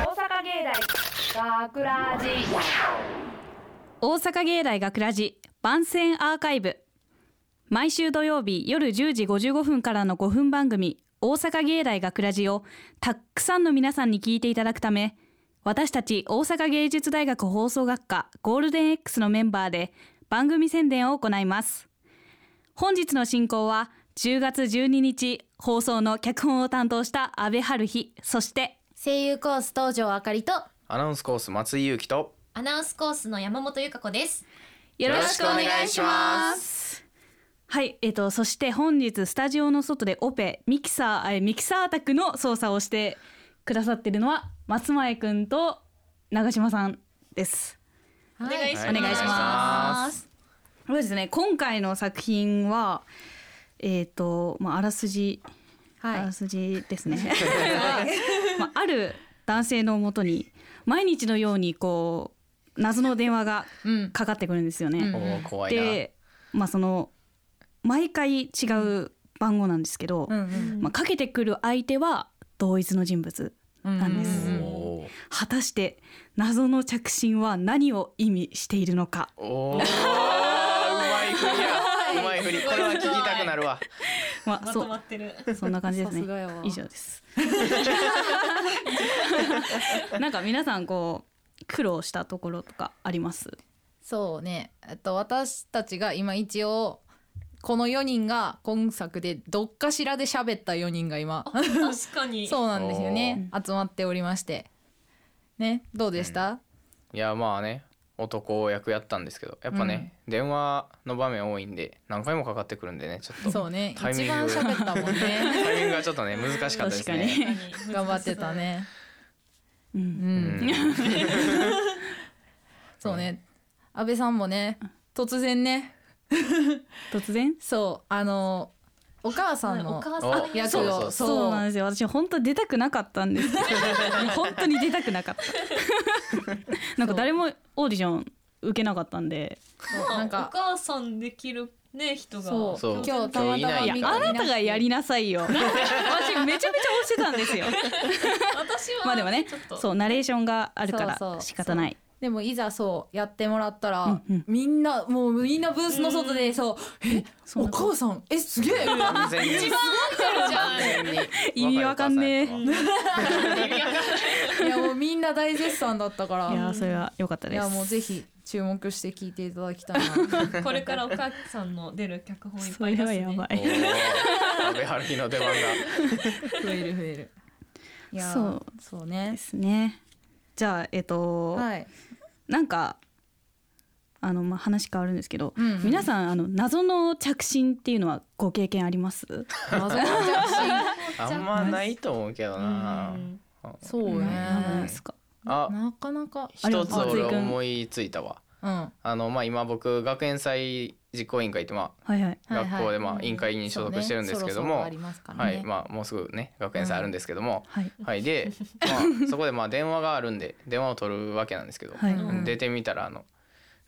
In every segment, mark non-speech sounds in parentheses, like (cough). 大学ラジ大阪芸大学ラジ番宣アーカイブ毎週土曜日夜10時55分からの5分番組「大阪芸大学ラジをたっくさんの皆さんに聞いていただくため私たち大阪芸術大学放送学科ゴールデン X のメンバーで番組宣伝を行います本日の進行は10月12日放送の脚本を担当した阿部春日そして声優コース東条あかりとアナウンスコース松井裕樹とアナウンスコースの山本由香子ですよ。ろしくお願いしますはい、えっ、と、そして本日スタジオの外でオペ、ミキサー、えミキサー宅の操作をしてくださってるのは松前くんと長島さんです。お願いしますお願いしますそうですね、今回の作品は、えっ、と、まあ、あらすじ、あらすじですね。 (laughs) まあ、ある男性のもとに毎日のようにこう謎の電話がうんかかってくるんですよね。うんおー怖いなで、まあ、その毎回違う番号なんですけど、うんうんまあ、かけてくる相手は同一の人物なんですうんおー果たして謎の着信は何を意味しているのかおーうまい振りやうまい振りこれは聞きたくなるわまあまそとうまってるそんな感じですさすがやねわ以上です (laughs) なんか皆さんこう苦労したところとかありますそうね、えっと、私たちが今一応この4人が今作でどっかしらで喋った4人が今確かにそうなんですよね集まっておりましてねどうでした、いやまあね男役やったんですけどやっぱね、電話の場面多いんで何回もかかってくるんでねちょっとそうね一タイミン番グ喋ったもんね (laughs) タイミングがちょっとね難しかったで確すかねに、頑張ってたねう、うんんうんそうね安倍さんもね突然ね (laughs) 突然そうあのお母さんおの母さんおの役そうそうそをうそうなんですよ私本当出たくなかったんですけ (laughs) ど本当に出たくなかったなんか誰もオーディション受けなかったんでそうなんかお母さんできるね人がそうそう今日たまた今ま日いいやないあなたがやりなさいよ私めちゃめちゃ押してたんですよ私はまあでもねちょっとそうナレーションがあるかそうそらう仕方ないでもいざそうやってもらったら、うんうんみんなもうみんなブースの外でそう「えお母さんえすげえ!」完全に一番意味わかんねえいやもうみんな大絶賛だったからいやーそれは良かったいですやもうぜひ注目して聞いていただきたいなこれからお母さんの出る脚本いっそぱいれ出すはねやばおいー安倍春日の出番が増える増えるいやそうそうでねすねじゃあえっと、はいなんかあのまあ話変わるんですけど、うんうん皆さんあの謎の着信っていうのはご経験あります謎の着信あんまないと思うけどなうんそうあるんねですかあなかなかあれ一つ俺思いついたわうんあのまあ今僕学園祭実行委員会ってまはいはいあはいはい学校でまあ委員会に所属してるんですけどそうねそろそろもありますからはねいまあもうすぐね学園祭あるんですけどもはいはいでまあそこでまあ電話があるんで電話を取るわけなんですけどはい、うん出てみたらあの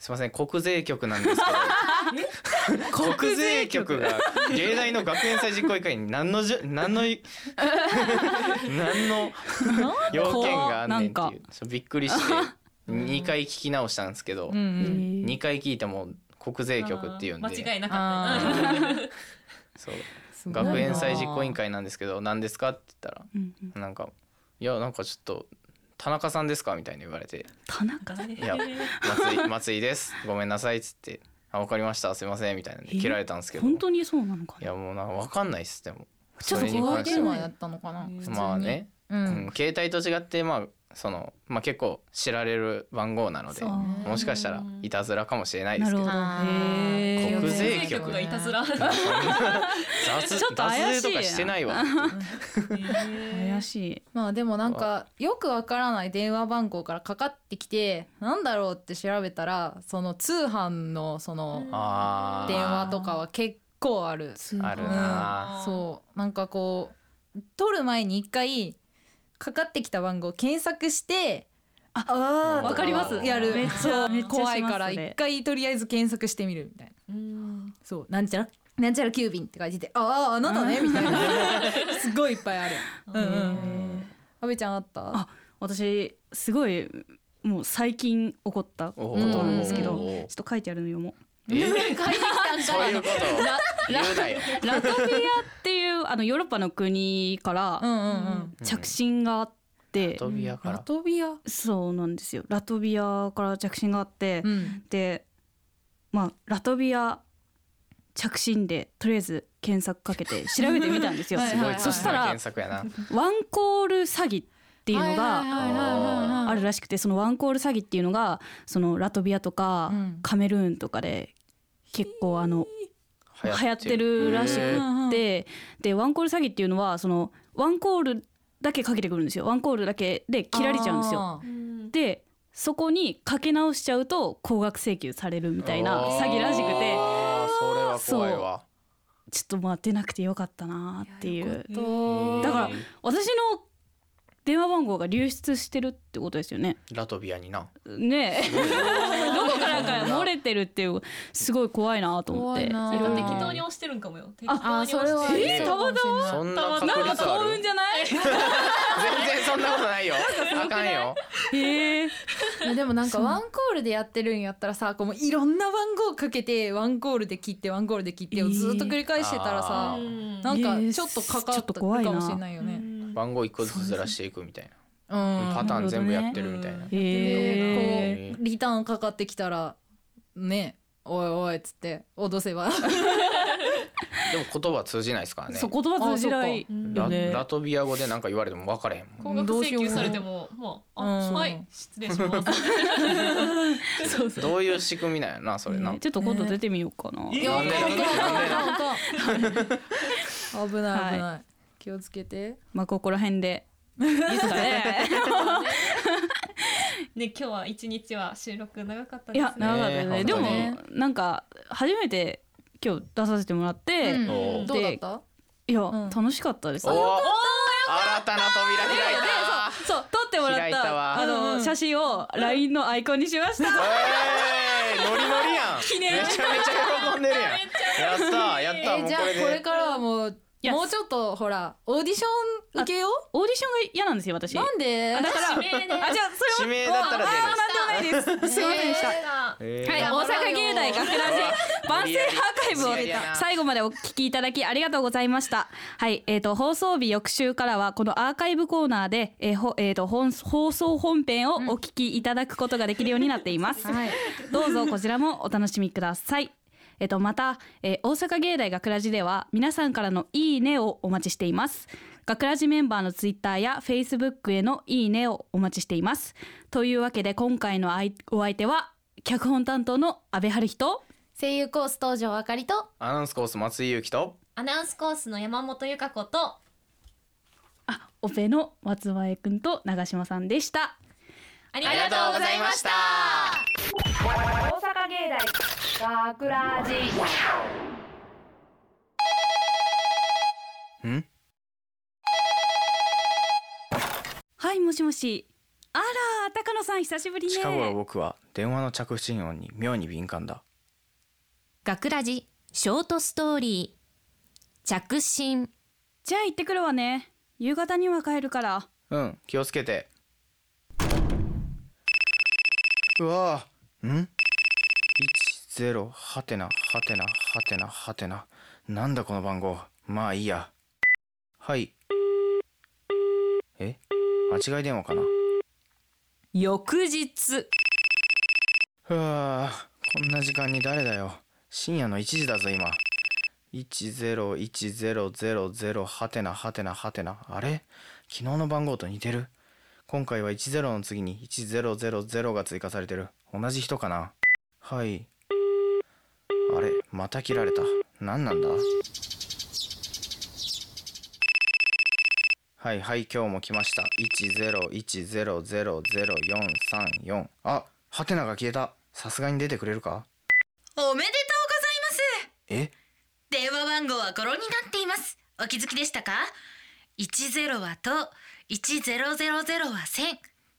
すいません国税局なんです (laughs) けど国税局が芸大の学園祭実行委員会に何のじゅ何の (laughs) 何の要件があんねんってなんかいうそうびっくりして2回聞き直したんですけどうんうんえー2回聞いても国税局っていうんで間違いなかあったねーそうすごいな学園祭実行委員会なんですけど何ですかって言ったうんうんらなんか「いやなんかちょっと田中さんですか?」みたいに言われて田中「いや松 (laughs) 井松井ですごめんなさい」っつって「あわかりましたすいません」みたいなんで切られたんですけど本い当にそうなのかなやもうなんかわかんないっすでもちょっそとれに怖関いして電は話やったのかな普通にまあねうんうん携帯と違ってまあそのまあ結構知られる番号なのでそうもしかしたらいたずらかもしれないですけどなるほどあへーー国国税税局局がいたずら雑ちょっと怪しいな雑税とかしてない (laughs) わ怪しいまあでもなんかよくわからない電話番号からかかってきてなんだろうって調べたらその通販のそのあー電話とかは結構あるあるうんなそうなんかこう取る前に一回かかってきた番号検索してああーわかりますやるめっちゃそうめっちゃします怖いからそれ一回とりあえず検索してみるみたいなうんそうなんちゃらなんちゃら急便って書いててあああなたねみたいなすごいいっぱいあるうんうん安倍ちゃんあったあ私すごいもう最近起こったこおとーなんですけどうんちょっと書いてあるのよもえー帰ってきたんそうかいいうこと言うなようラトビアっていう (laughs) あのヨーロッパの国からうんうんうん着信があって、飛び屋かラらトビアそうなんですよラトビアから着信があって、うんでまあラトビア着信でとりあえず検索かけて調べてみたんですよ (laughs) はいはいはいそしたら検索やなワンコール詐欺っていうのはいがはいはいはいはいあるらしくてそのワンコール詐欺っていうのがそのラトビアとかうんカメルーンとかで結構あの流流行ってるらしへーくってでワンコール詐欺っていうのはそのワンコールだけかけてくるんですよワンコールだけで切られちゃうんですよ。あーでそこにかけ直しちゃうと高額請求されるみたいなおー詐欺らしくてあーそれは怖いわちょっとまあ出なくてよかったなーっていよかうったーだから私の電話番号が流出してるってことですよね。ラトビアに (laughs) なねえ (laughs) どこからか漏れてるっていうすごい怖いなと思って怖いなんなーかいろい適ろ当に押してるんかもよ。適あ当ーにそれは押してえる。たまたまそんな確なんか率あ幸る運じゃない全然そんなことな (laughs) いよあかんよへえいやでもなんかワンコールでやってるんやったらさこうもういろんな番号かけてワンコールで切ってワンコールで切ってをずっと繰り返してたらあさ、ーうんなんえかーちょっとかかちょっったとか怖いなもしれないよね。番号一個ずつずらしていくみたいうん、なパターン全部やってるみたいななるほどへえでへーこうリターンかかってきたらねおいおいっつって脅せばでも言葉通じないですからねそう言葉通じないうんよラねラトビア語で何か言われても分からへんもん高額請求されても、もう、あ、うんはい、失礼し (laughs) ます。どういう仕組みなんやなそれなねちょっと今度出てみようかな、いやなんであかんあかんあかんあかん危ないはい危ない、気をつけてまあここら辺 (laughs) でいいですかねね、今日は一日は収録長かったいですやね。長かったねねでも本なんか初めて今日出させてもらって、うんおーどうだったいや、うん楽しかったですおーで新たな扉開いたそう撮ってもら開っいたたわあの、うん写真を LINE のアイコンにしましたえー、ノリノリやん念めちゃめちゃ喜んでるやんやったやっえたもうじゃあこれこれでからはもういやもうちょっとほらオーディション受けよオーディションが嫌なんですよ私うなんであだからあじゃ指名であそ指れは名だったらなんでもない (laughs) ですすいませんでした、出る、ええーはい、大頑張ろう阪芸大学ラジ (laughs) 万世アーカイブを無理やな最後までお聞きいただきありがとうございました。はい、えっ、と放送日翌週からはこのアーカイブコーナーでえーほえっ、と本放送本編をお聞きいただくことができるようになっています。はいどうぞこちらもお楽しみください。えっと、また、えー大阪芸大学ラジでは皆さんからのいいねをお待ちしています。学ラジメンバーのツイッターやフェイスブックへのいいねをお待ちしています。というわけで今回のあいお相手は脚本担当の阿部春人。声優コース登場あかりとアナウンスコース松井裕樹とアナウンスコースの山本由香子と、あ、オペの松前くんと長島さんでした。ありあがとうございました。大阪芸大学ラジんはい、もしもし。あら、高野さん久しぶりね。近頃僕は電話の着信音に妙に敏感だ学ラジショートストーリー着信じゃあ行ってくるわね。夕方には帰るから。うん気をつけてうわぁん10はてなはてなはてなはてななんだこの番号まあいいやはいえ間違い電話かな翌日うわあこんな時間に誰だよ深夜の1時だぞ今1010000はてなはてなはてなあれ昨日の番号と似てる今回は10の次に1000が追加されてる同じ人かなはいあれまた切られた何なんだはいはい今日も来ました101000434あハテナが消えたさすがに出てくれるかおめでとうございますえ電話番号はゴロになっていますお気づきでしたか10はと1000は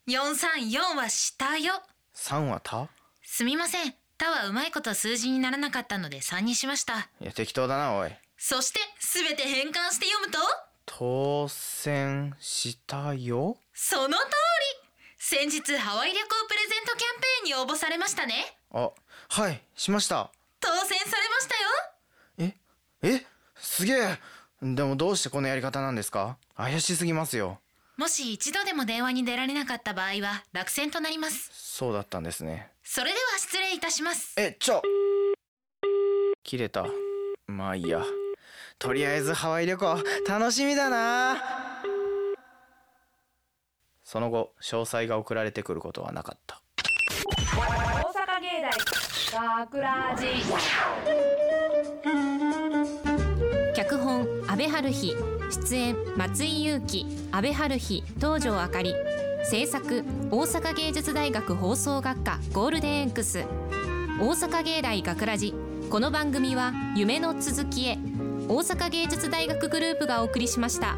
1000,434は下よ3はたすみません「た」はうまいこと数字にならなかったので3にしましたいや適当だなおいそして全て変換して読むと当選したよその通り先日ハワイ旅行プレゼントキャンペーンに応募されましたねあはいしました当選されましたよええすげえでもどうしてこのやり方なんですか怪しすぎますよもし一度でも電話に出られなかった場合は落選となりますそうだったんですねそれでは失礼いたしますえちょ切れたまあいいやとりあえずハワイ旅行楽しみだなその後詳細が送られてくることはなかった大阪芸大学ラジ脚本安倍晴日出演松井裕樹安倍晴日東條あかり制作大阪芸術大学放送学科ゴールデン X 大阪芸大学ラジこの番組は夢の続きへ大阪芸術大学グループがお送りしました。